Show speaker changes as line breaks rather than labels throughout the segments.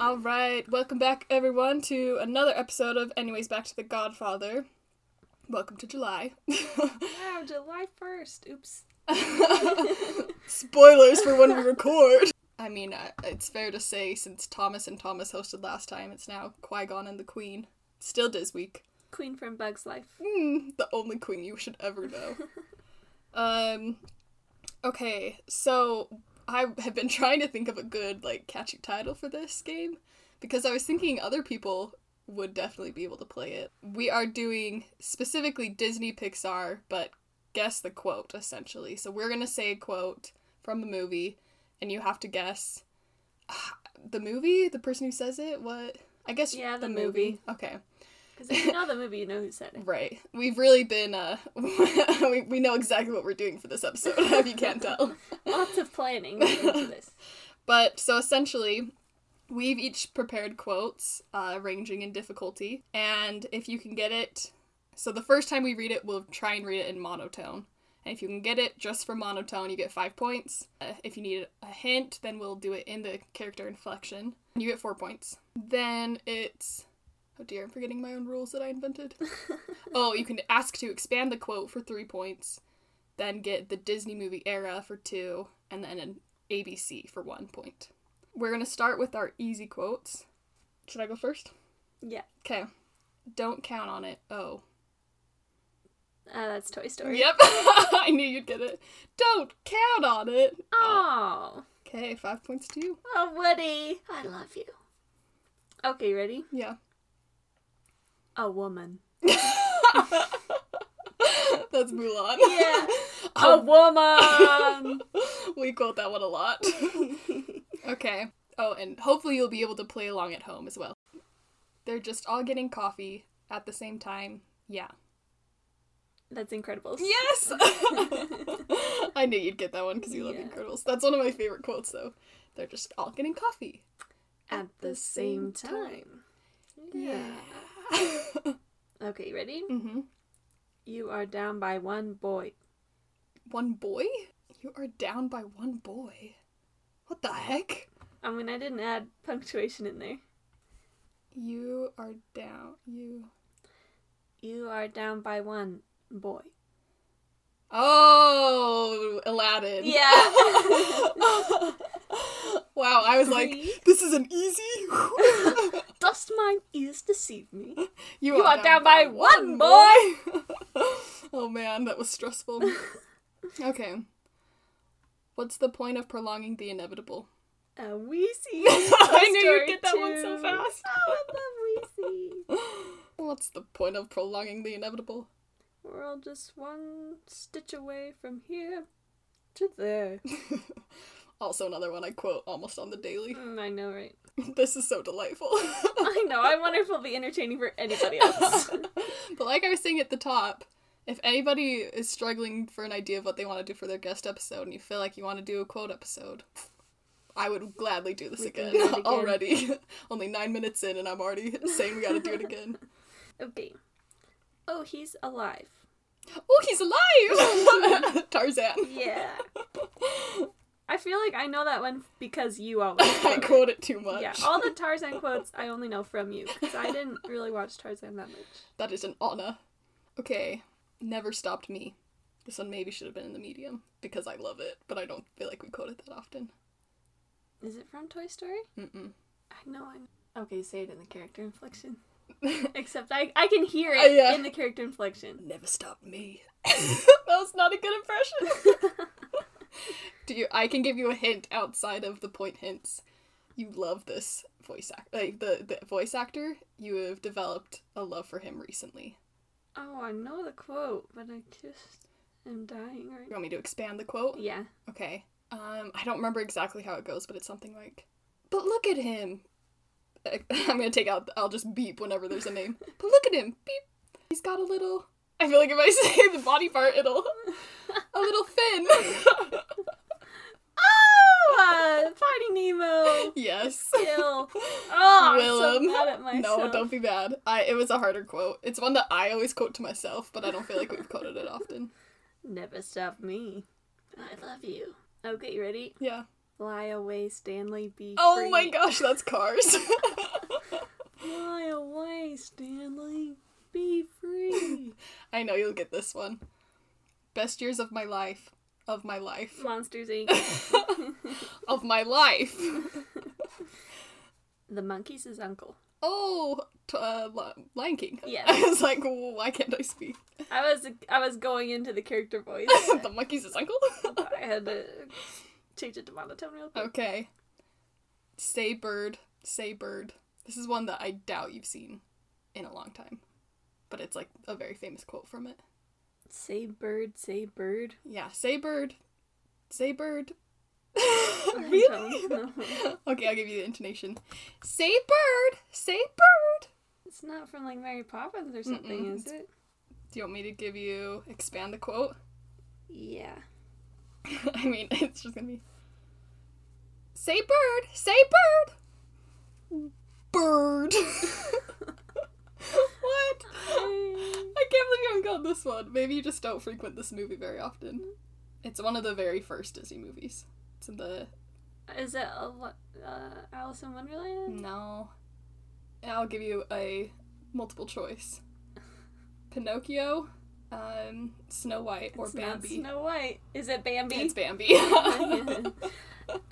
All right, welcome back everyone to another episode of Anyways Back to the Godfather. Welcome to July.
Wow, July 1st. Oops.
Spoilers for when we record. I mean, uh, it's fair to say since Thomas and Thomas hosted last time, it's now Qui Gon and the Queen. Still Diz Week.
Queen from Bug's Life.
Hmm, the only queen you should ever know. um, okay, so I have been trying to think of a good, like, catchy title for this game because I was thinking other people would definitely be able to play it. We are doing specifically Disney Pixar, but guess the quote essentially. So we're gonna say a quote from the movie, and you have to guess ah, the movie, the person who says it. What? I guess
Yeah, the movie.
Okay.
Because if you know the movie, you know who said it.
Right. We've really been uh we, we know exactly what we're doing for this episode, if you can't tell.
Lots of planning went into this.
But so essentially we've each prepared quotes, uh, ranging in difficulty, and if you can get it so the first time we read it we'll try and read it in monotone. And if you can get it just for monotone, you get five points. Uh, if you need a hint, then we'll do it in the character inflection. You get four points. Then it's oh dear, I'm forgetting my own rules that I invented. Oh, you can ask to expand the quote for three points, then get the Disney movie era for two, and then an ABC for one point. We're going to start with our easy quotes. Should I go first?
yeah.
Okay. Don't count on it. Oh.
Uh, that's Toy Story.
Yep. I knew you'd get it. Don't count on it.
Oh.
Okay, five points to you.
Oh, Woody. I love you. Okay, you ready?
Yeah.
A woman.
That's Mulan. Oh,
Yeah. Oh. a woman.
we quote that one a lot. okay. Oh, and hopefully you'll be able to play along at home as well. They're just all getting coffee at the same time. Yeah.
that's Incredibles.
Yes! I knew you'd get that one because you love
Yeah.
Incredibles. That's one of my favorite quotes, though. They're just all getting coffee.
At the same time. Okay, you ready?
mm-hmm.
You are down by one boy.
One boy? You are down by one boy. What the heck?
I mean, I didn't add punctuation in there.
You are down. You.
You are down by one boy.
Oh, Aladdin. wow, I was
Three.
like, this is an easy.
Dost mine ears deceive me?
you,
are down by one
boy. oh man, that was stressful. okay. What's the point of prolonging the inevitable?
A Wheezy.
I
Toy
knew you'd
Story
get that one so
2.
fast.
Oh, I love Wheezy.
What's the point of prolonging the inevitable?
We're all just one stitch away from here to there.
Also, another one I quote almost on the daily.
Mm, I know, right?
This is so delightful.
I know. I wonder if it'll be entertaining for anybody else.
but like I was saying at the top, if anybody is struggling for an idea of what they want to do for their guest episode and you feel like you want to do a quote episode, I would gladly do this
We can
again,
do it again.
already. Only nine minutes in and I'm already saying we gotta do it again.
okay. Oh, he's alive.
Oh, he's alive! Tarzan.
Yeah. I feel like I know that one because you always.
I
quote it.
quote it too much.
Yeah, all the Tarzan quotes I only know from you because I didn't really watch Tarzan that much.
That is an honor. Okay, never stopped me. This one maybe should have been in the medium because I love it, but I don't feel like we quote it that often.
Is it from Toy Story?
Mm-mm.
I know I'm. Okay, say it in the character inflection. Except I, I can hear it
Uh, yeah.
in the character inflection.
Never stopped me. that was not a good impression. Do you? I can give you a hint outside of the point hints. You love this voice act, like the the voice actor. You have developed a love for him recently.
Oh, I know the quote, but I just am dying right
You want me to expand the quote?
Yeah.
Okay. Um, I don't remember exactly how it goes, but it's something like, "But look at him." I- I'm gonna take out. I'll just beep whenever there's a name. but look at him. Beep. He's got a little. I feel like if I say the body part, it'll a little fin.
Oh, uh, Finding Nemo.
yes.
Still. Oh, I'm
Willem.
so mad at myself.
No, don't be bad. I. It was a harder quote. It's one that I always quote to myself, but I don't feel like we've quoted it often.
Never stop me. I love you. Okay, you ready?
Yeah.
Fly away, Stanley. Be
Oh
free.
my gosh, that's Cars.
Fly away, Stanley. Be free.
I know you'll get this one. Best years of my life. Of my life.
Monsters Inc.
Of my life.
the monkey's his uncle.
Oh, t- uh, Li- Lion King.
Yeah.
I was like, "Well, why can't I speak?
I was I was going into the character voice.
the monkey's his uncle?
I had to change it to monotone real quick.
okay. Say bird. Say bird. This is one that I doubt you've seen in a long time. But it's like a very famous quote from it.
Say bird, say bird.
Yeah, say bird. Say bird.
I
really?
don't know.
Okay, I'll give you the intonation. Say bird. Say bird.
It's not from like Mary Poppins or something,
Mm-mm.
is it?
Do you want me to give you expand the quote?
Yeah.
I mean, it's just gonna be. Say bird, say bird, bird. what? I can't believe you haven't got this one. Maybe you just don't frequent this movie very often. It's one of the very first Disney movies. It's in the
Is it a, lo- uh, Alice in Wonderland?
no. I'll give you a multiple choice. Pinocchio, um, Snow White, or
It's not
Bambi.
Snow White. Is it Bambi?
It's Bambi.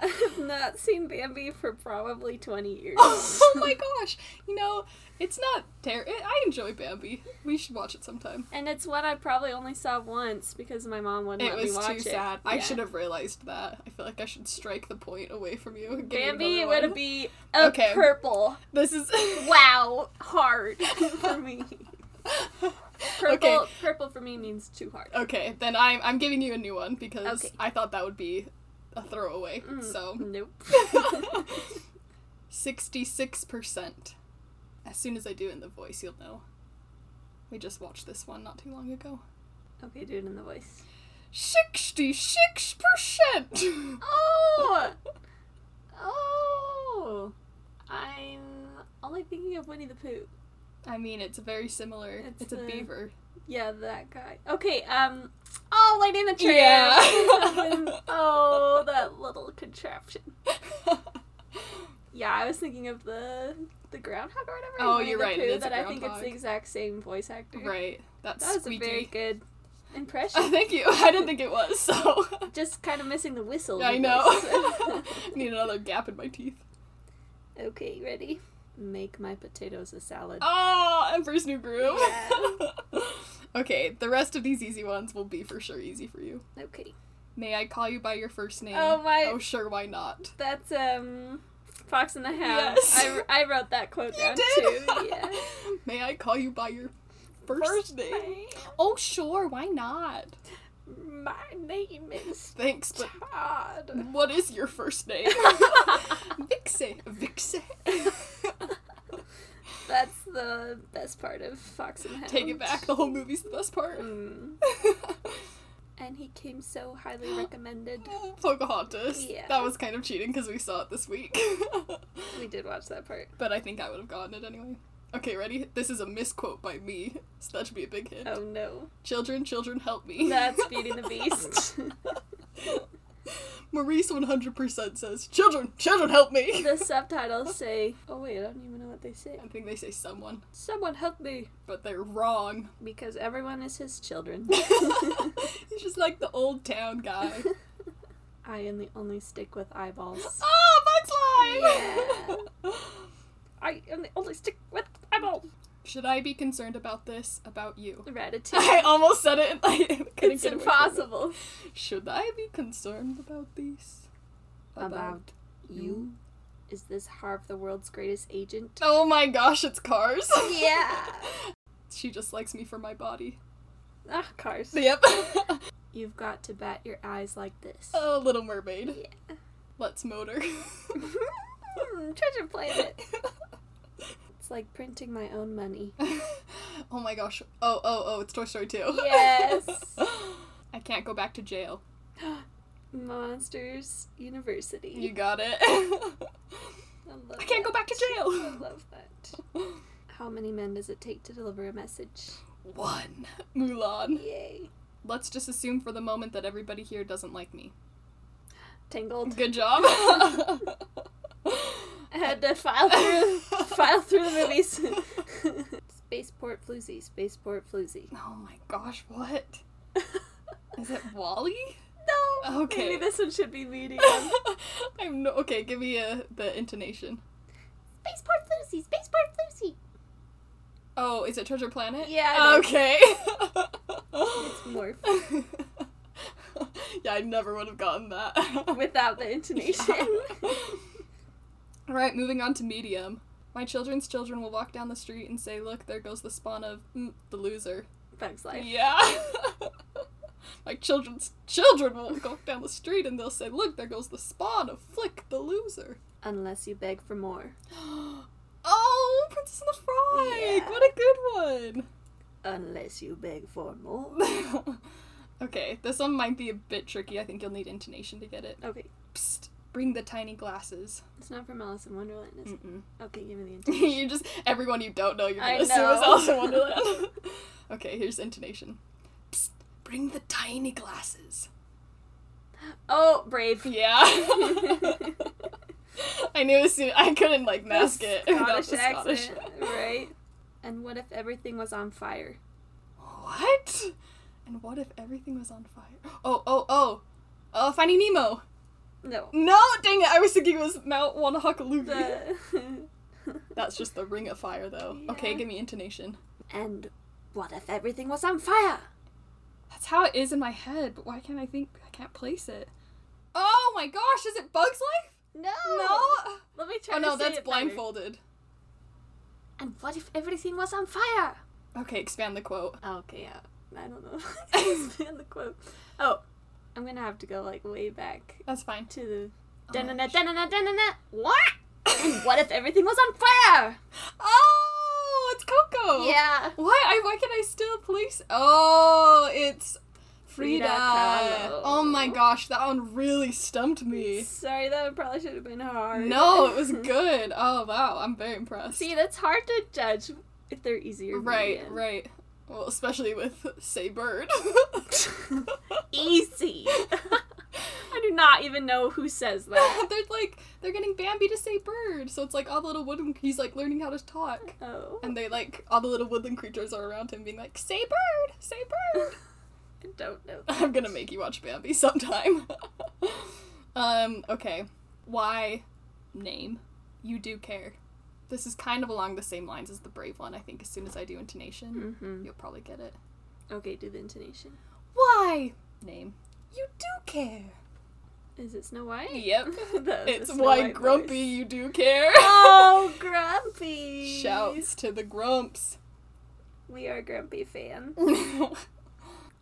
I've not seen Bambi for probably 20 years.
oh my gosh! You know, it's not terrible. I enjoy Bambi. We should watch it sometime.
and it's one I probably only saw once because my mom wouldn't
it
let me
was
watch
too
it.
sad. I
Yeah.
should have realized that. I feel like I should strike the point away from you. and give you
Bambi
another
would
one.
be a
Okay.
purple.
This is.
Wow, hard for me. Purple,
Okay.
purple for me means too hard.
okay, then I'm I'm giving you a new one because
Okay.
I thought that would be a throwaway.
Mm,
So
nope.
sixty six percent. As soon as I do in the voice, you'll know. We just watched this one not too long ago.
okay, do it in the voice.
Sixty six percent.
Oh, oh, I'm only thinking of Winnie the Pooh.
I mean, it's very similar.
It's
It's, a
the-
beaver.
Yeah, that guy. Okay, um, oh, Lady in the Tramp.
Yeah.
oh, that little contraption. Yeah, I was thinking of the the groundhog or whatever. in
Oh,
Winnie
you're
the
right, it
Pooh,
is a
that I think it's
groundhog.
the exact same voice actor.
right. That's
That was a
squeaky.
very good impression.
Thank you. I didn't think it was, so.
Just kind of missing the whistle.
I
in the
know.
voice.
Need another gap in my teeth.
okay, ready? Make my potatoes a salad.
Oh, Emperor's New Groove.
Yeah.
okay, the rest of these easy ones will be for sure easy for you.
Okay,
May I call you by your first name?
Oh, my-
Oh, sure, why not?
that's um, Fox and the Hound.
Yes.
I, I wrote that quote
You
down
did?
too. Yeah.
May I call you by your first, name? Oh, sure, why not?
My name is
Thanks, but
Todd.
What is your first name? Vixie. Vixie.
That's the best part of Fox and the Hound.
Take it back. The whole movie's the best part.
Mm. And he came so highly recommended.
Pocahontas.
Yeah.
That was kind of cheating because we saw it this week.
We did watch that part.
but I think I would have gotten it anyway. Okay, ready? This is a misquote by me, so that should be a big hit.
Oh no.
Children, children, help me.
That's Beauty and the Beast.
Maurice 100% says, Children, children, help me.
the subtitles say, oh wait, I don't even know what they say.
I think they say someone,
Someone help me.
but they're wrong.
Because everyone is his children.
He's just like the old town guy.
I am the only stick with eyeballs.
Ah, Oh, Bugs Life!
I am the only stick with eyeballs.
Should I be concerned about this? About you?
Ratatouille.
I almost said it. and I couldn't
it's
get away from it.
impossible.
Should I be concerned about these?
you? Is this Harv the world's greatest agent?
Oh my gosh, it's Cars.
Yeah.
she just likes me for my body.
Ah, cars.
Yep.
You've got to bat your eyes like this.
oh, Little Mermaid.
Yeah.
Let's motor.
Treasure Planet. It's like printing my own money.
oh my gosh. Oh, oh, oh, it's Toy Story 2.
Yes.
I can't go back to jail.
Monsters University.
You got it.
I, love
I can't go back
that.
to jail.
I love that. How many men does it take to deliver a message?
One. Mulan.
Yay.
Let's just assume for the moment that everybody here doesn't like me.
Tangled.
Good job. Oh
I had to file through file through the movies. Spaceport floozy, Spaceport floozy.
oh my gosh, what? Is it Wally?
No.
Okay.
Maybe this one should be medium.
I'm no okay, give me uh the intonation.
Spaceport floozy, Spaceport floozy.
Oh, is it Treasure Planet?
Yeah, I know.
Okay.
It's morph
yeah, I never would have gotten that.
without the intonation.
All right, moving on to medium. My children's children will walk down the street and say, "Look, there goes the spawn of mm, the loser."
Bugs life.
Yeah. My children's children will walk down the street and they'll say, "Look, there goes the spawn of Flick the loser."
Unless you beg for more.
oh, Princess and the Frog!
Yeah.
What a good one.
Unless you beg for more.
okay, this one might be a bit tricky. I think you'll need intonation to get it.
Okay.
Psst, bring the tiny glasses.
It's not from Alice in Wonderland, is it?
Mm-mm.
Okay, give me the intonation.
you just, everyone you don't know, you're
I
gonna assume is
know.
Alice in Wonderland. okay, here's intonation. Psst, bring the tiny glasses.
Oh, brave.
Yeah. I knew as soon, I couldn't like mask it without
Scottish
the
accent,
Scottish.
right? And what if everything was on fire?
What? And what if everything was on fire? Oh, oh, oh. Uh, Finding Nemo.
No.
No, dang it! I was thinking it was Mount Wanahakaloogie.
The...
That's just the ring of fire, though. Okay,
Yeah.
give me intonation.
and what if everything was on fire?
That's how it is in my head, but why can't I think? I can't place it. Oh my gosh, is it Bugs Life?
No.
No.
Let me try.
Oh
to
no,
say
that's
it better.
blindfolded.
And what if everything was on fire?
Okay, expand the quote.
Okay, yeah. I don't know. Expand the quote. Oh, I'm gonna have to go like way back
That's fine.
to the.
Oh,
Da-na-na,
sh-
da-na-na, da-na-na. What? And what if everything was on fire?
Oh, it's Coco.
Yeah.
Why? I, why can I still place? Oh, it's Frida.
Frida Kahlo.
oh my gosh, that one really stumped me.
Sorry, that probably should have been hard.
No, it was good. Oh wow, I'm very impressed.
See, that's hard to judge if they're easier.
Right,
medium.
right. Well, especially with Say Bird.
Easy. I do not even know who says that.
they're like they're getting Bambi to say bird, so it's like all the little woodland he's like learning how to talk.
Oh.
And they like all the little woodland creatures are around him being like, Say bird, say bird
I don't know.
I'm gonna make you watch Bambi sometime. um, okay. Why name? You do care. This is kind of along the same lines as the brave one, I think as soon as I do intonation,
Mm-hmm.
you'll probably get it.
Okay, do the intonation.
Why name? You do care.
Is it Snow White?
Yep.
The- the
It's
Snow
why
White
grumpy
voice.
you do care.
Oh, Grumpy!
Shouts to the grumps.
We are Grumpy fan.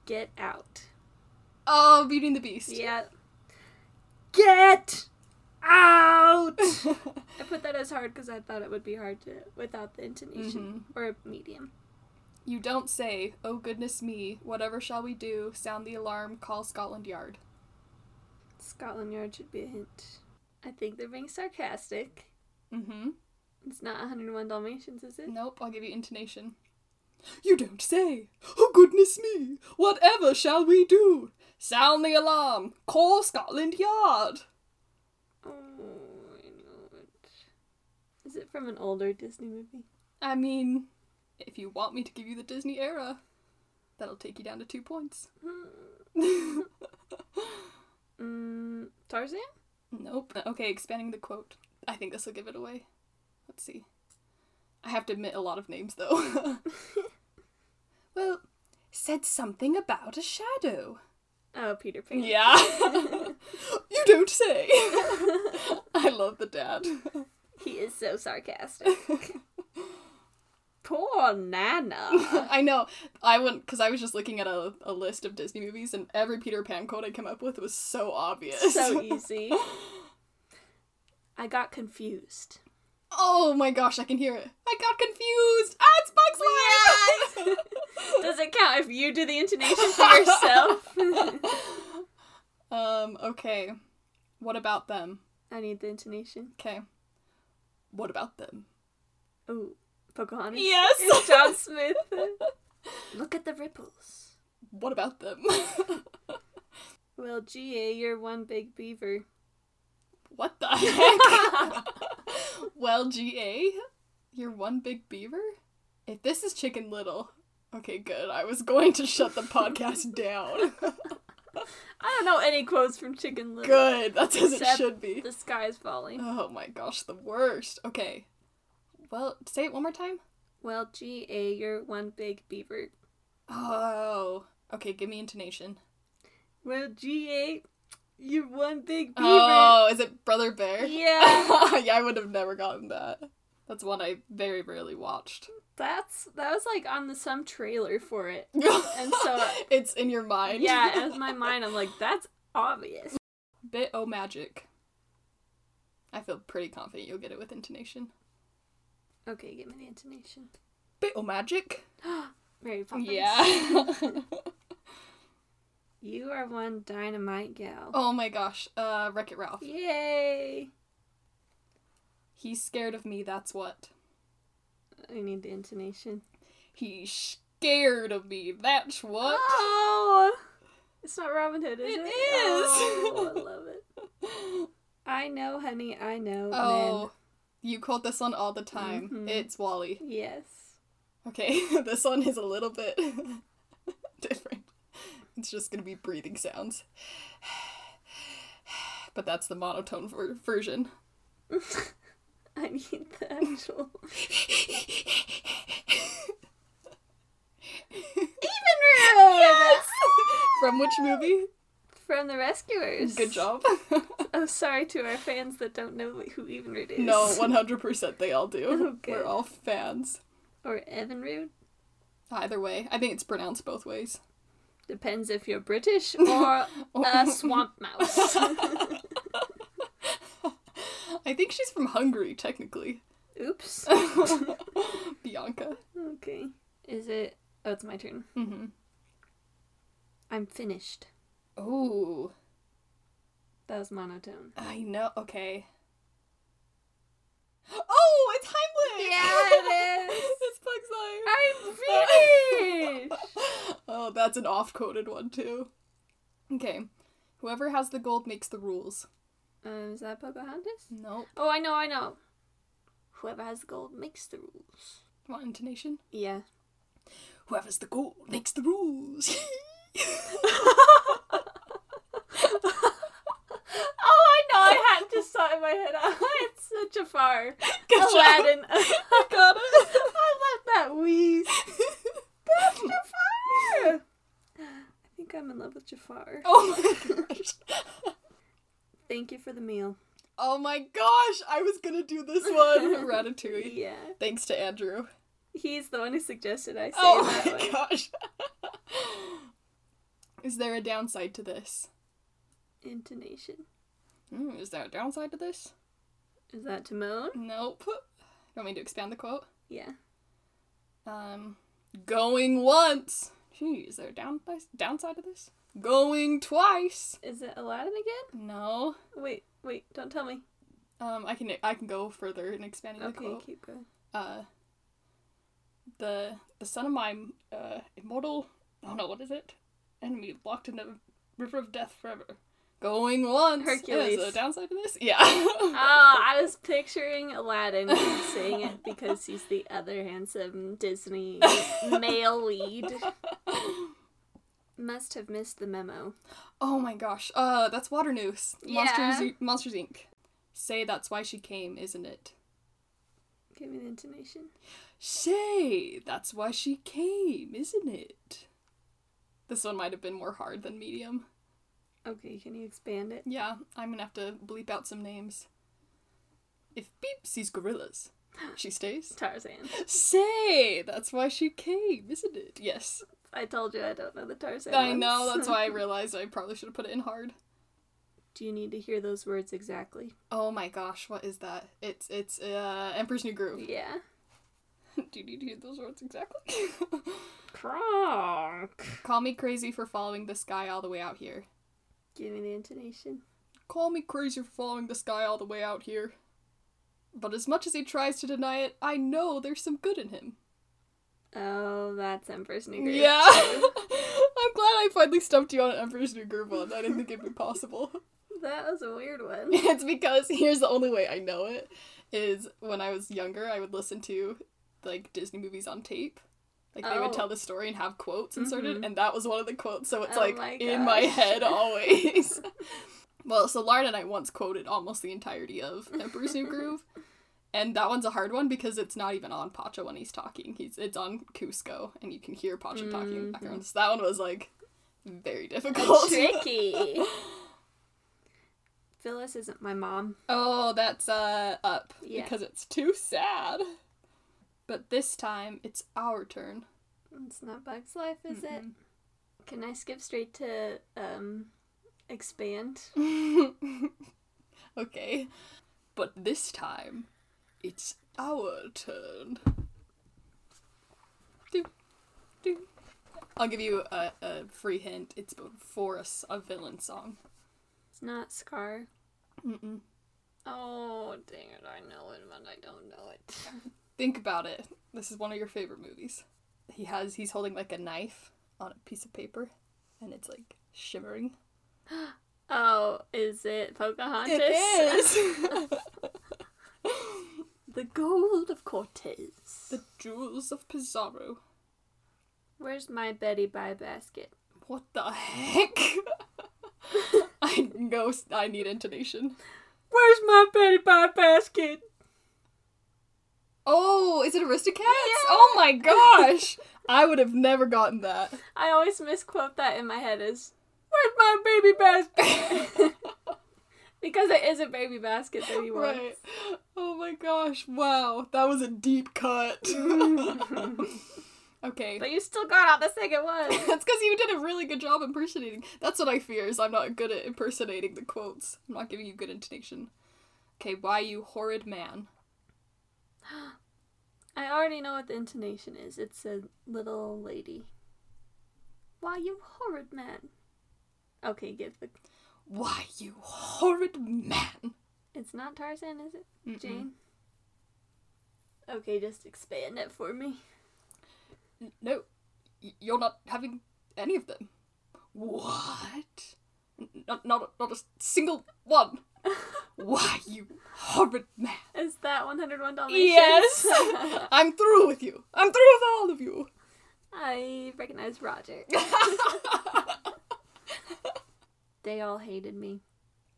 Get out.
oh, Beauty and the Beast.
Yeah. Get out! I put that as hard because I thought it would be hard to without the intonation or medium.
you don't say, "Oh goodness me, whatever shall we do? Sound the alarm, call Scotland Yard."
Scotland Yard should be a hint. I think they're being sarcastic.
Mhm.
It's not 101 Dalmatians, is it?
Nope, I'll give you intonation. You don't say, "Oh goodness me, whatever shall we do? Sound the alarm, call Scotland Yard."
Oh, I know it. Is it from an older Disney movie?
I mean, if you want me to give you the Disney era, that'll take you down to 2 points.
Mm, Tarzan?
Nope. Okay, expanding the quote. I think this will give it away. Let's see. I have to admit a lot of names though. well, said something about a shadow.
Oh, Peter Pan.
Yeah. you don't say. I love the dad.
He is so sarcastic. Poor Nana.
I know. I wouldn't, because I was just looking at a, a list of Disney movies, and every Peter Pan quote I came up with was so obvious.
so easy. I got confused.
oh my gosh, I can hear it. I got confused. Ah, it's Bugs Life.
Does it count if you do the intonation for yourself?
Um, okay. What about them?
I need the intonation.
Okay. What about them?
Oh, Pocahontas.
Yes!
It's John Smith. Look at the ripples.
What about them?
Well, GA, you're one big beaver.
What the heck? well, GA, you're one big beaver? If this is Chicken Little. Okay, good. I was going to shut the podcast down.
I don't know any quotes from Chicken Little.
good. That's as it
Except
should be.
The sky is falling.
Oh my gosh, the worst. Okay. Well, say it one more time.
Well, GA, you're one big beaver.
Oh. Okay, give me intonation.
Well, GA, you're one big beaver.
Oh, is it Brother Bear?
Yeah.
yeah, I would have never gotten that. That's one I very rarely watched.
That's that was like on the some trailer for it.
And
so-
it's in your mind.
Yeah, it was my mind. I'm like, that's obvious.
Bit o magic. I feel pretty confident you'll get it with intonation.
Okay, give me the intonation.
Bit o magic.
Mary Poppins.
Yeah.
You are one dynamite gal.
oh my gosh. Uh, Wreck It Ralph.
Yay!
He's scared of me. That's what.
I need the intonation.
He's scared of me. That's what.
Oh! It's not Robin Hood, is it?
It is.
Oh, I love it. I know, honey, I know.
Oh, you quote this one all the time.
Mhm.
It's Wally.
Nan. Yes.
Okay, this one is a little bit different. It's just gonna be breathing sounds. But that's the monotone ver- version.
I need the actual.
Yes! From which movie?
From the Rescuers.
Good job.
Oh, sorry to our fans that don't know who Evenrood is.
no, 100% they all do.
Okay.
We're all fans.
Or Evinrude.
Either way, I think it's pronounced both ways.
Depends if you're British or a
Oh.
swamp mouse.
I think she's from Hungary, technically.
Oops.
Bianca.
Okay. Is it. Oh, it's my turn.
Mm-hmm.
I'm finished.
Oh,
That was monotone.
I know. Okay. Oh, it's Heimlich.
Yeah, it is.
it's Pug's life.
I'm finished!
Oh, that's an off-coded one too. Okay. Whoever has the gold makes the rules.
um, is that Pocahontas?
Nope.
Oh, I know, I know. Whoever has the gold makes the rules.
What intonation?
Yeah.
Whoever's the gold makes the rules.
Oh, I know, I had just saw it in my head. Oh, it's such a far.
Good job.
Aladdin.
I got it.
I love that wheeze. That's Jafar. I think I'm in love with Jafar.
oh my gosh.
Thank you for the meal.
Oh my gosh. I was gonna do this one. Ratatouille.
Yeah.
Thanks to Andrew.
He's the one who suggested I say
Oh
that
my
one.
gosh. is there a downside to this?
Intonation.
Mm, is there a downside to this?
Is that Timon?
Nope. You want me to expand the quote?
Yeah.
Um, going once. Gee, is there a down- downside to this? Going twice.
Is it Aladdin again?
No.
Wait, wait, don't tell me.
Um, I can I can go further in expanding the
Okay,
quote.
keep going.
Uh, the the son of my uh, immortal. Oh no, what is it? Enemy locked in the river of death forever. Going once.
Hercules.
Is there a downside to this? Yeah.
Oh, I was picturing Aladdin saying it because he's the other handsome Disney male lead. Must have missed the memo.
Oh my gosh. Uh, that's Water Noose. Monsters,
Yeah.
Monsters Inc. Say that's why she came, isn't it?
Give me the intonation.
Say that's why she came, isn't it? This one might have been more hard than medium.
Okay, can you expand it?
Yeah, I'm gonna have to bleep out some names. If Beep sees gorillas, she stays.
Tarzan.
Say that's why she came, isn't it? Yes.
I told you I don't know the Tarzan.
I know,
ones.
that's why I realized I probably should have put it in hard.
Do you need to hear those words exactly?
Oh my gosh, what is that? It's it's uh Emperor's New Groove.
Yeah.
Do you need to hear those words exactly?
Kronk.
Call me crazy for following this guy all the way out here.
Give me the intonation.
Call me crazy for following this guy all the way out here. But as much as he tries to deny it, I know there's some good in him.
Oh, that's Emperor's New Groove.
Yeah. I'm glad I finally stumped you on an Emperor's New Groove one. I didn't think it'd be possible.
That was a weird one.
it's because here's the only way I know it is when I was younger, I would listen to like Disney movies on tape. Like they would
Oh.
tell the story and have quotes inserted,
Mhm.
and that was one of the quotes. So it's
Oh
like
my
in my
gosh.
head always. well, so Lauren and I once quoted almost the entirety of Emperor's New Groove, and that one's a hard one because it's not even on Pacha when he's talking. He's it's on Cusco, and you can hear Pacha talking
Mm-hmm.
in the background. So that one was like very difficult.
Tricky. Phyllis isn't my mom.
Oh, that's uh up
Yeah.
because it's too sad. But this time it's our turn.
It's not Bug's Life, is it?
Mm-mm.
Can I skip straight to um expand?
okay. But this time it's our turn. Do, do. I'll give you a, a free hint. It's for us a villain song.
It's not Scar.
Mm-mm.
Oh, dang it, I know it, but I don't know it.
Think about it. This is one of your favorite movies. He has he's holding like a knife on a piece of paper and it's like shimmering.
Oh, is it Pocahontas?
It is.
The gold of Cortez.
the jewels of Pizarro.
Where's my Betty Bye basket?
What the heck? I know. s- I need intonation.
Where's my Betty Bye basket?
Oh, is it Aristocats? Oh my gosh! I would have never gotten that.
I always misquote that in my head as Where's my baby basket? because it is a baby basket that he wants.
Right. Oh my gosh! Wow, that was a deep cut. okay.
But you still got out the second one.
That's because you did a really good job impersonating. That's what I fear is I'm not good at impersonating the quotes. I'm not giving you good intonation. Okay, why you horrid man?
I already know what the intonation is. It's a little lady. Why you horrid man? Okay, give the.
Why you horrid man?
It's not Tarzan, is it?
Mm-mm.
Jane. Mm-hmm. Okay, just expand it for me.
N- No, y- you're not having any of them. What? N- Not not not a single one. Why you horrid man?
Is that one hundred one dollars?
I'm through with you. I'm through with all of you.
I recognize Roger. they all hated me.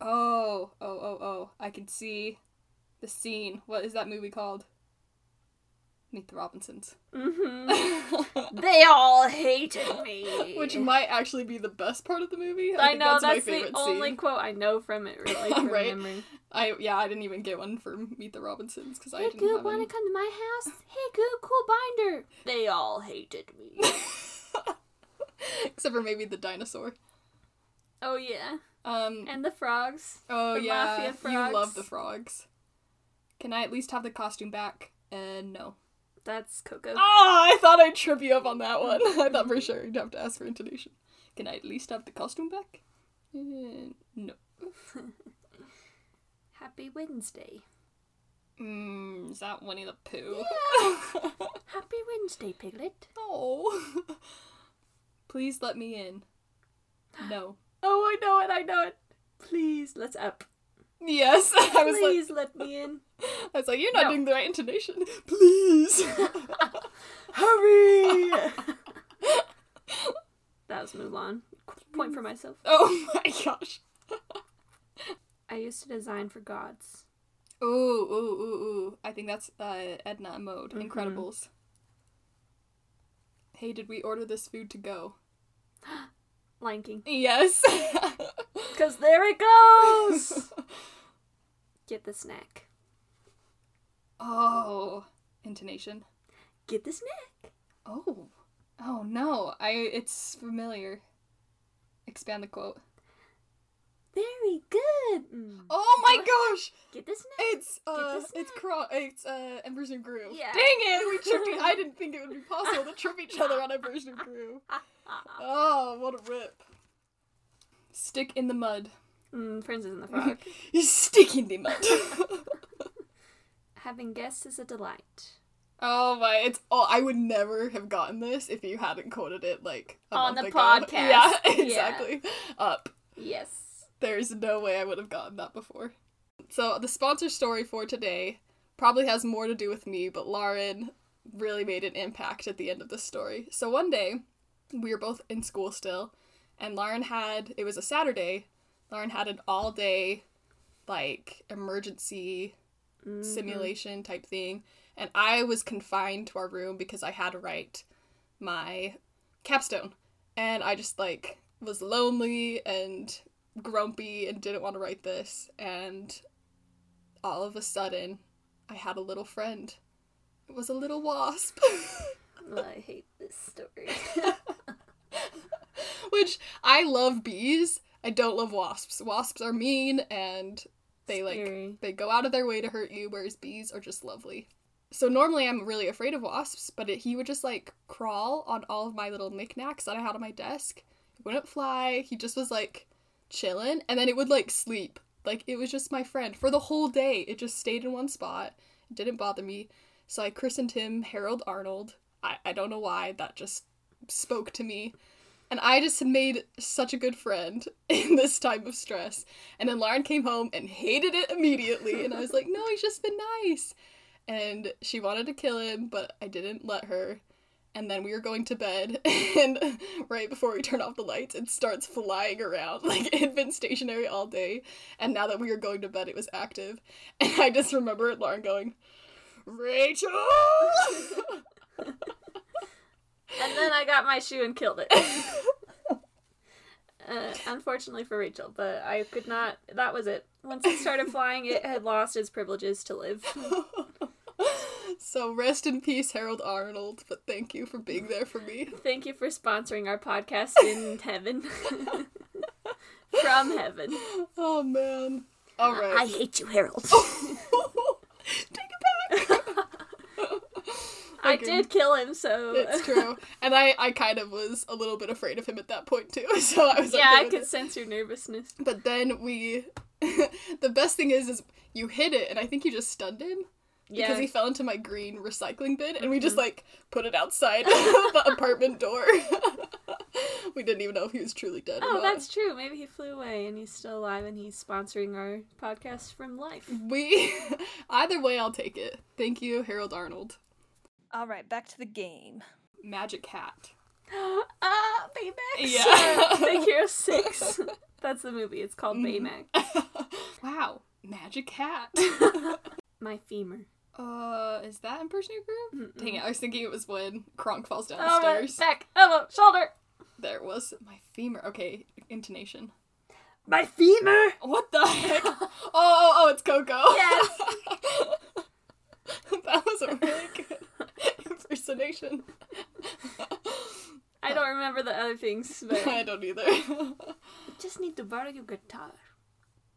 Oh, oh, oh, oh. I can see the scene. What is that movie called? Meet the Robinsons.
Mm-hmm. they all hated me.
Which might actually be the best part of the movie.
I,
think
know that's,
my
the
favorite
only
scene.
quote I know from it. Really, from
Right?
memory.
I yeah, I didn't even get one for Meet the Robinsons because I
Hey,
didn't
Goop,
have
want
any.
to come to my house? Hey, Goop, cool binder. um, They all hated me.
Except for maybe the dinosaur.
oh yeah,
Um.
and the frogs.
oh
the
yeah,
mafia
you love
frogs.
the frogs. Can I at least have the costume back? And no.
That's Coco.
Ah, I thought I'd trip you up on that one. I thought for sure you'd have to ask for intonation. Can I at least have the costume back? Uh, no.
Happy Wednesday.
Mm, is that Winnie the Pooh?
Happy Wednesday, Piglet.
oh. Please let me in. No.
Oh, I know it. I know it. Please, let's up.
Yes, I was like,
Please let me in.
I was like, you're not
No.
doing the right intonation. Please.
Hurry! that was Mulan. Point for myself.
oh my gosh.
I used to design for gods.
Ooh, ooh, ooh, ooh. I think that's uh, Edna Mode.
Mhm.
Incredibles. Hey, did we order this food to go?
Lion King.
Yes.
Because there it goes! Get the snack.
oh, intonation.
Get the snack.
Oh. Oh no. I it's familiar. Expand the quote.
Very good. Mm.
Oh my gosh.
Get the snack.
It's uh
this
it's cro- it's uh Embers and Groove.
Yeah.
Dang it. We tripped e- I didn't think it would be possible to trip each other on Embers and Groove.
Ah.
Oh, what a rip. Stick in the mud.
Mm, Princess and the Frog.
You stick in the mud.
Having guests is a delight.
Oh my! It's oh, I would never have gotten this if you hadn't quoted it like a
On
month
the
ago.
podcast.
Yeah,
Yeah.
exactly. Up.
Yes.
There's no way I would have gotten that before. So the sponsor story for today probably has more to do with me, but Lauren really made an impact at the end of this story. So one day, we were both in school still, and Lauren had it was a Saturday. Lauren had an all day, like emergency
Mm-hmm. Mm,
simulation type thing, and I was confined to our room because I had to write my capstone, and I just like was lonely and grumpy and didn't want to write this and all of a sudden I had a little friend. It was a little wasp.
Well, I hate this story.
Which I love bees. I don't love wasps. Wasps are mean and they
Scary.
like they go out of their way to hurt you, whereas bees are just lovely. So normally I'm really afraid of wasps, but it, he would just like crawl on all of my little knickknacks that I had on my desk. He wouldn't fly. He just was like chilling, and then it would like sleep. Like it was just my friend for the whole day. It just stayed in one spot. It didn't bother me. So I christened him Harold Arnold. I, I don't know why that just spoke to me. And I just had made such a good friend in this time of stress. And then Lauren came home and hated it immediately. And I was like, no, he's just been nice. And she wanted to kill him, but I didn't let her. And then we were going to bed. And right before we turn off the lights, it starts flying around. Like it had been stationary all day. And now that we were going to bed, it was active. And I just remember Lauren going, Rachel!
and then I got my shoe and killed it. Uh, unfortunately for Rachel, but I could not. That was it. Once it started flying, it had lost its privileges to live.
so rest in peace, Harold Arnold. But thank you for being there for me.
Thank you for sponsoring our podcast in heaven. From heaven.
Oh man. All right. Oh
hate you, Harold.
Take it back.
I did kill him, so.
It's true. And I, I kind of was a little bit afraid of him at that point too. So I was
yeah,
okay
I
with
could
it.
sense your nervousness.
But then we the best thing is is you hit it and I think you just stunned him. Because
Yeah. Mm-hmm.
he fell into my green recycling bin and we just like put it outside the apartment door. we didn't even know if he was truly dead or
Oh,
not.
that's true. Maybe he flew away and he's still alive and he's sponsoring our podcast from life.
We either way I'll take it. Thank you, Harold Arnold.
All right, back to the game.
Magic hat.
Ah, Baymax.
Yeah.
Big Hero 6. That's the movie. It's called
Mm-hmm.
Baymax.
Wow, magic hat.
My femur.
uh, is that impersonator group? Dang it, I was thinking it was when Kronk falls down the
Oh, my
stairs.
back, elbow, shoulder.
There it was my femur. Okay, intonation.
My femur.
What the heck? oh, oh, oh, it's Coco.
Yes.
that was a really good impersonation. Uh.
I don't remember the other things, but
I don't either.
just need to borrow your guitar.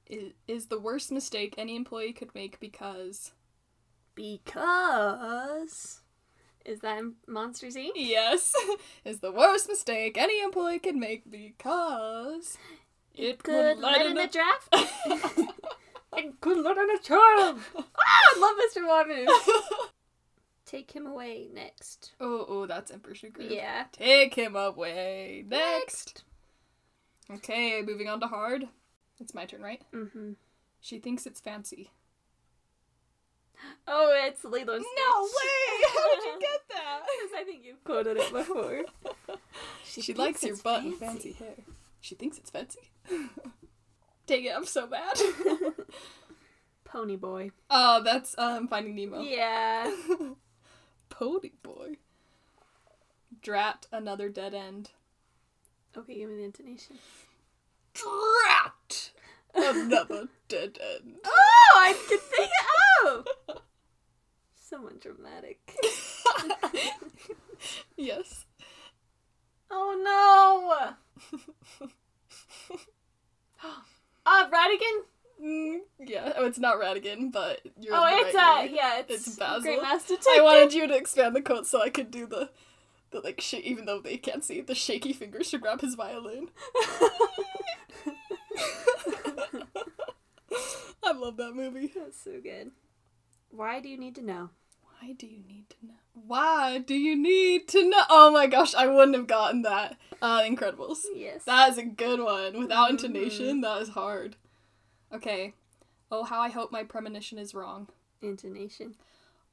is, is the worst mistake any employee could make because
Because is that in Monsters Inc?
Yes, is the worst mistake any employee can make because it
Good
would let
let in a
in
draft. and good let in a child. ah, I love Mr. Wanu. Take him away next.
Oh, oh, that's Emperor Sugar.
Yeah.
Take him away next. Okay, moving on to hard. It's my turn, right?
Mm-hmm.
She thinks it's fancy.
Oh, it's Lilo. and Stitch.
way! How did you get that?
Because I think you've quoted it before.
She likes your
thinks it's
butt and fancy hair. She thinks it's fancy. Dang it, I'm so bad.
Pony boy.
oh, that's um, Finding Nemo.
Yeah.
Pony boy. Drat another dead end.
Okay, give me the intonation.
Drat another dead end.
Oh, I could think it. Oh, someone dramatic.
yes.
Oh no. Uh, Radigan.
Mm, yeah. Oh, it's not Radigan, but you're.
Oh,
in the
it's
right
uh,
ear.
yeah, it's,
It's Basil.
Great Master
I
Detective.
wanted you to expand the quote so I could do the, the like sh- even though they can't see the shaky fingers to grab his violin. I love that movie.
That's so good. Why do you need to know?
Why Why do you need to know? Why do you need to know? Oh my gosh, I wouldn't have gotten that. Uh, Incredibles.
Yes.
That is a good one. Without intonation, that is hard. Okay. Oh, how I hope my premonition is wrong.
Intonation.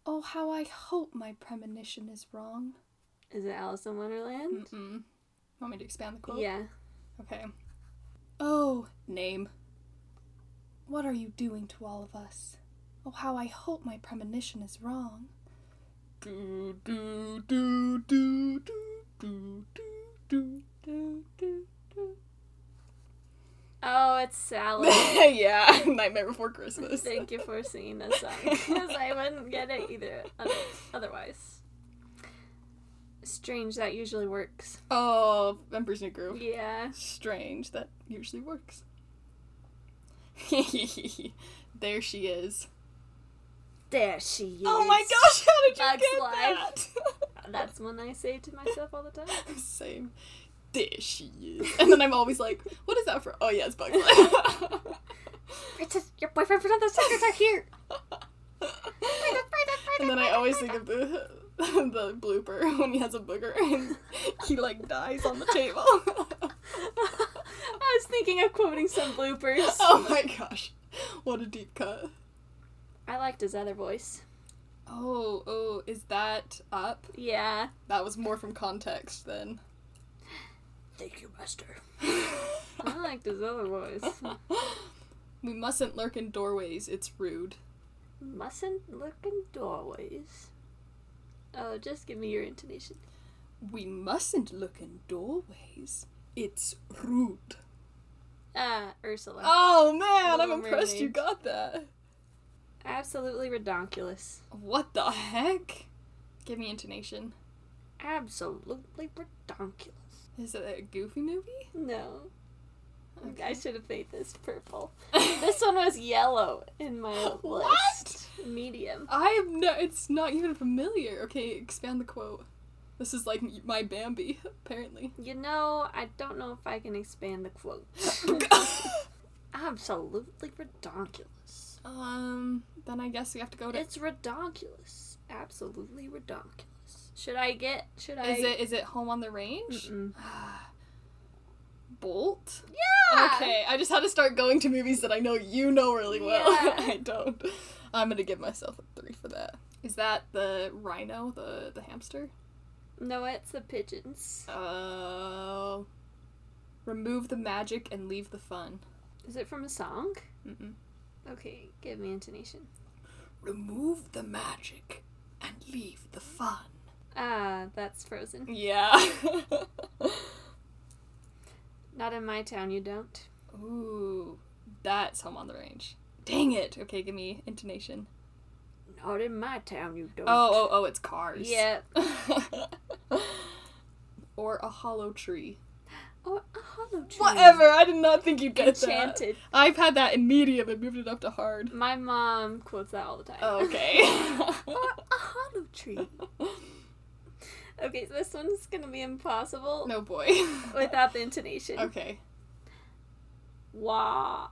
Oh, how I hope my premonition is wrong.
Is it Alice in Wonderland?
Mm-mm. Want me to expand the quote?
Yeah.
Okay. Oh, name. What are you doing to all of us? Oh, how I hope my premonition is wrong. Do, do, do, do, do, do, do, do, do, do.
Oh, it's Sally.
yeah, Nightmare Before Christmas.
Thank you for singing that song because I wouldn't get it either other- otherwise. Strange that usually works.
Oh, Emperor's New Groove.
Yeah.
Strange, that usually works. there she is.
There she is.
Oh my gosh, how did you
Bugs
get
Life.
that?
That's one I say to myself all the time.
Same. There she is. And then I'm always like, what is that for? Oh yeah, it's Bugs Life.
Princess, your boyfriend for other suckers are here.
and then I always think of the the blooper when he has a booger and he like dies on the table.
I was thinking of quoting some bloopers.
oh my gosh. What a deep cut.
I liked his other voice.
Oh, oh, is that up?
Yeah.
That was more from context then.
Thank you, Master. I liked his other voice.
we mustn't lurk in doorways, it's rude.
Mustn't look in doorways. Oh, just give me your intonation.
We mustn't look in doorways. It's rude.
Ah, Ursula.
Oh man,
Little
I'm impressed you
Mermaid.
got that.
Absolutely redonkulous.
What the heck? Give me intonation.
Absolutely redonkulous.
Is it a goofy movie?
No.
Okay.
I should have made this purple. this one was yellow in my list.
What?
Medium.
I am no it's not even familiar. Okay, expand the quote. This is like my Bambi, apparently.
You know, I don't know if I can expand the quote. Absolutely redonkulous.
um then I guess we have to go to
It's redonkulous. Absolutely redonkulous. Should I get? Should I?
Is it is it Home on the Range? Mm.
Mm-mm.
Bolt?
Yeah.
Okay, I just had to start going to movies that I know you know really well.
Yeah.
I don't. I'm gonna give myself a three for that. Is that the rhino, the the hamster?
No, it's the pigeons.
Uh, remove the magic and leave the fun.
Is it from a song?
Mm-mm.
Okay, give me intonation.
Remove the magic and leave the fun.
Ah, that's Frozen.
Yeah.
Not in my town. You don't.
Ooh, that's home on the range. Dang it. Okay, give me intonation.
Not in my town. You don't.
Oh, oh, oh, it's cars.
Yeah.
or a hollow tree.
Or Oh, a hollow tree.
Whatever. I did not think you'd get that.
Enchanted.
I've had that in medium and moved it up to hard.
My mom quotes that all the time.
Okay.
or a hollow tree. Okay, so this one's gonna be impossible
no boy.
without the intonation.
Okay.
Wah.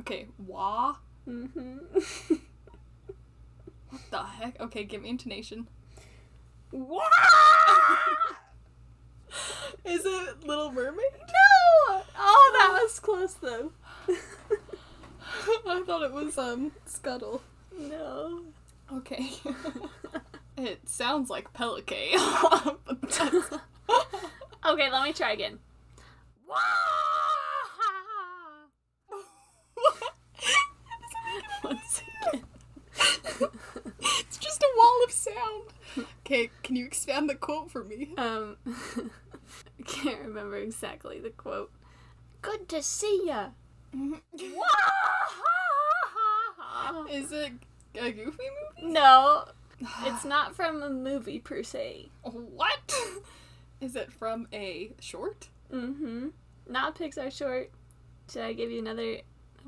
okay, wah.
Mm-hmm.
What the heck? Okay, give me intonation.
Wah!
Is it Little Mermaid?
No! Oh, that was close though.
I thought it was um Scuttle.
no.
Okay. it sounds like Pelican. but that's-
Okay, let me try again. Wah!
What?
Once again.
it's just a wall of sound. Okay, can you expand the quote for me?
Um, I can't remember exactly the quote. Good to see ya.
Is it a goofy movie?
no, it's not from a movie per se.
What? Is it from a short?
Mm-hmm. Not Pixar short. Should I give you another?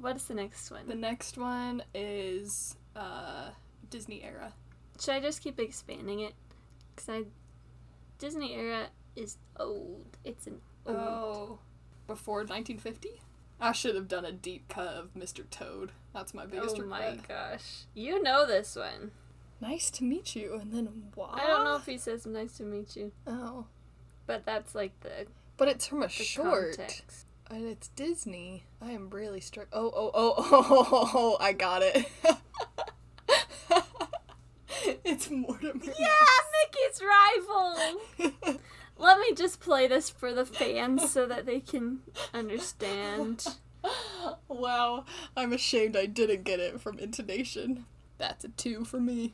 What is the next
The
one?
next one is uh Disney era.
Should I just keep expanding it? Cause I,
Oh,
Disney era is old. It's an old.
Before 1950? I should have done a deep cut of Mr. Toad. That's my biggest
oh my
regret.
gosh. You know this one.
Nice to meet you, and then what?
I don't know if he says nice to meet you,
Oh,
but that's like the,
but it's from a
the
short,
context.
and it's Disney. I am really struck. Oh, oh, oh, oh, oh, oh, oh! I got it. it's Mortimer.
Yeah, Mickey's rival. Let me just play this for the fans so that they can understand.
wow, I'm ashamed I didn't get it from intonation. That's a two for me.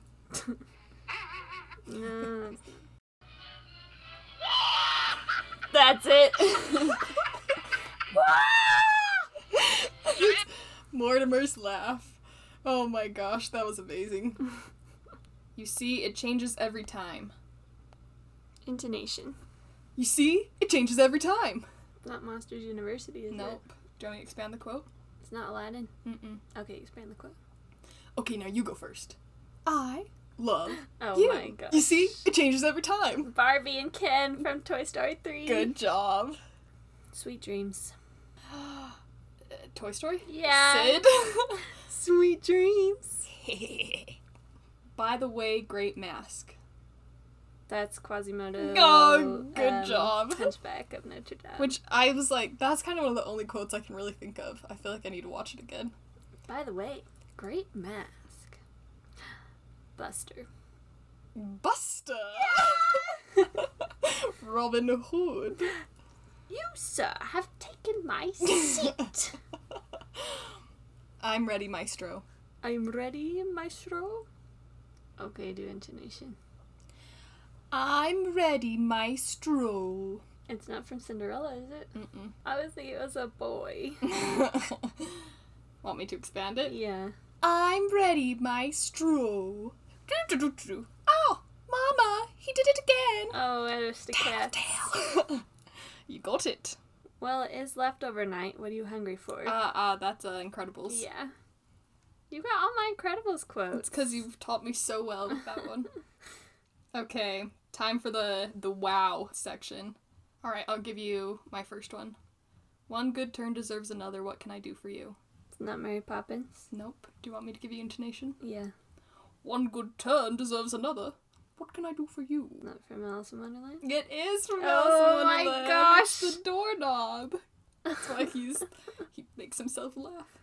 Mm. That's it.
It's Mortimer's laugh. Oh my gosh, that was amazing. You see, it changes every time.
Intonation.
You see, it changes every time.
Not Monsters University, is it?
Nope. Do you want me to expand the quote?
It's not Aladdin.
Mm-mm.
Okay, expand the quote.
Okay, now you go first. I love
Oh
you.
my gosh.
You see, it changes every time.
Barbie and Ken from Toy Story 3.
Good job.
Sweet dreams.
Uh, Toy Story?
Yeah.
Sid?
Sweet dreams.
By the way, great mask.
That's Quasimodo. Um,
Oh, good job.
Hunchback of Notre Dame.
Which I was like, that's kind of one of the only quotes I can really think of. I feel like I need to watch it again.
by the way, great mask. Buster.
Buster! Robin Hood.
You, sir, have taken my seat.
I'm ready, Maestro.
I'm ready, maestro. Okay, do intonation.
I'm ready, Maestro.
It's not from Cinderella, is it?
Mm-mm.
I was thinking it was a boy.
Want me to expand it?
yeah.
I'm ready, Maestro. Do-do-do-do. Oh, Mama, he did it again. Oh,
Oh, aristocrat.
Tattletale. Uh, you got it.
Well, it is leftover night. What are you hungry for?
Ah, ah, that's uh, Incredibles.
yeah. You got all my Incredibles
It's
quotes.
because you've taught me so well with that one. okay, time for the the wow section. All right, I'll give you my first one. One good turn deserves another. What can I do for you?
It's not Mary Poppins.
Nope. Do you want me to give you intonation?
Yeah.
One good turn deserves another. What can I do for you?
Not from Alice in Wonderland.
It is from
Oh
Alice in
my
Wonderland.
gosh.
It's the doorknob. That's why he's he makes himself laugh.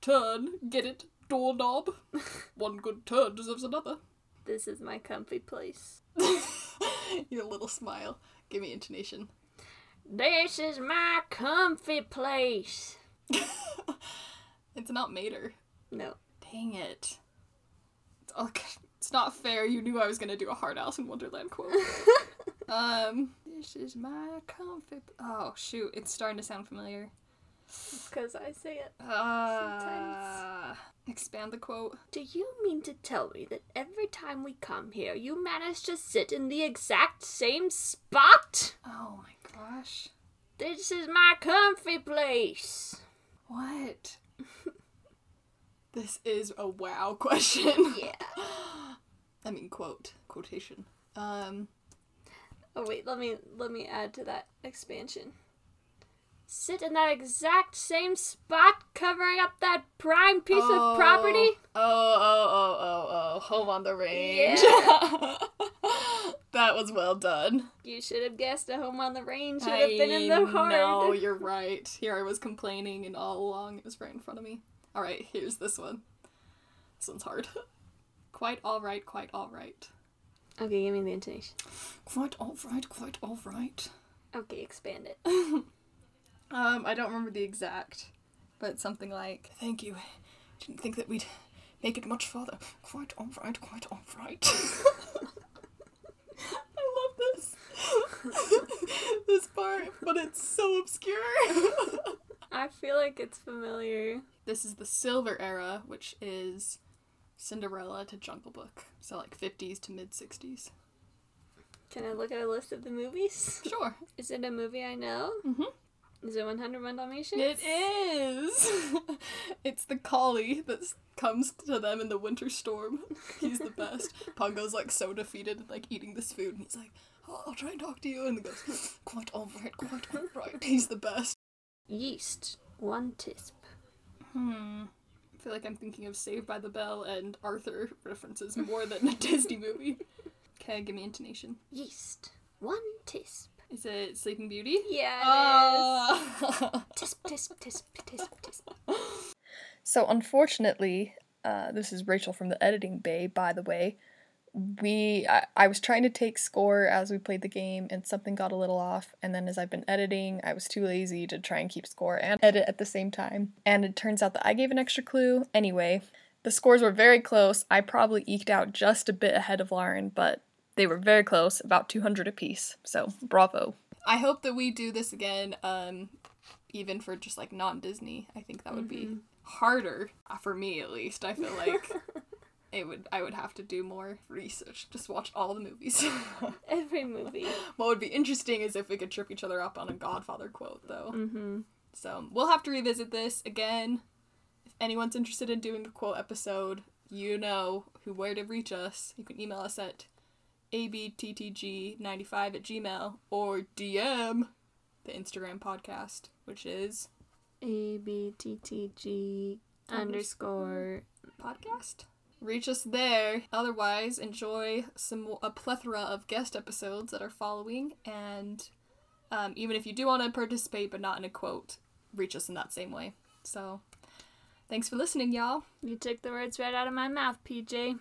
Turn, get it, doorknob. One good turn deserves another.
This is my comfy place.
Your little smile. Give me intonation.
This is my comfy place.
It's not Mater.
No.
Dang it. It's, okay. it's not fair. You knew I was gonna do a hard Alice in Wonderland quote. um, this is my comfort. Oh shoot, it's starting to sound familiar.
Because I say it.
Uh, expand the quote.
Do you mean to tell me that every time we come here, you manage to sit in the exact same spot?
Oh my gosh.
This is my comfy place.
What? this is a wow question.
Yeah.
I mean quote. Quotation. Um
Oh wait, let me let me add to that expansion. Sit in that exact same spot, covering up that prime piece of property.
Oh, oh, oh, oh, oh. Home on the range. that was well done.
You should have guessed a home on the range should have been in the heart.
No, you're right. Here I was complaining, and all along it was right in front of me. All right, here's this one. This one's hard. quite all right, quite all right.
Okay, give me the intonation.
Quite all right, quite all right.
Okay, expand it.
Um, I don't remember the exact, but something like, "Thank you. Didn't think that we'd make it much farther. Quite all right, quite all right." I love this this part, but it's so obscure.
I feel like it's familiar.
this is the Silver Era, which is Cinderella to Jungle Book, so like fifties to mid sixties.
Can I look at a list of the movies?
Sure,
Is it a movie I know?
Mhm.
Is it 101 Dalmatians?
it is. it's the collie that comes to them in the winter storm. He's the best. Pongo's like so defeated, and, like eating this food, and he's like, oh, "I'll try and talk to you," and he goes, "Quite all right, quite all right." He's the best.
Yeast. One tisp.
Hmm. I feel like I'm thinking of Saved by the Bell and Arthur references more than a Disney movie. Okay, give me intonation.
Yeast. One tisp.
Is it Sleeping Beauty?
Yeah,
Oh.
Tisp, tisp, tisp, tisp, tisp.
So, unfortunately, uh, this is Rachel from the editing bay, by the way. We, I, I was trying to take score as we played the game, and something got a little off. And then, as I've been editing, I was too lazy to try and keep score and edit at the same time. And it turns out that I gave an extra clue. Anyway, the scores were very close. I probably eked out just a bit ahead of Lauren, but they were very close, about 200 apiece. So, bravo.
I hope that we do this again, um, even for just like non Disney. I think that would be harder uh, for me, at least. I feel like it would. I would have to do more research. Just watch all the movies.
Every movie.
what would be interesting is if we could trip each other up on a Godfather quote, though. Mm-hmm. So we'll have to revisit this again. If anyone's interested in doing a quote episode, you know who where to reach us. You can email us at abttg95 at gmail or DM the Instagram podcast, which is
A B T T G underscore.
podcast. Reach us there. Otherwise, enjoy some mo- a plethora of guest episodes that are following. And um, even if you do want to participate, but not in a quote, reach us in that same way. So, thanks for listening, y'all.
You took the words right out of my mouth, PJ.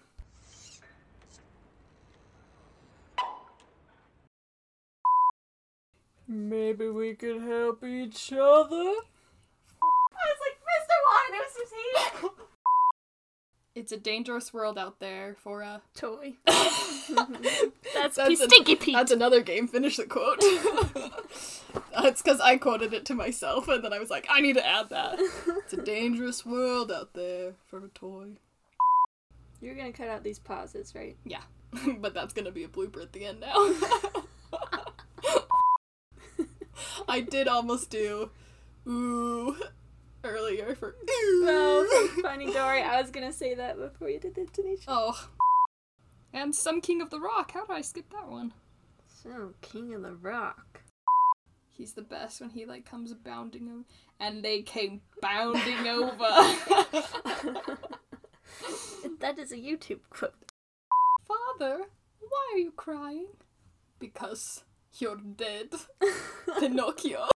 Maybe we could help each other.
I was like, Mr. Juan, it was just he.
It's a dangerous world out there for uh, a.
Toy.
that's
That's,
a-
P- Stinky Pete.
That's another game. Finish the quote. That's because I quoted it to myself, and then I was like, I need to add that. It's a dangerous world out there for a toy.
You're gonna cut out these pauses, right?
Yeah, but that's gonna be a blooper at the end now. I did almost do ooh earlier for ooh.
Oh, funny Dory. I was gonna say that before you did the intonation.
Oh. And some King of the Rock. How did I skip that one?
So, King of the Rock.
He's the best when he like comes bounding over, and they came bounding over.
That is a YouTube quote.
Father, why are you crying? Because you're dead, Pinocchio.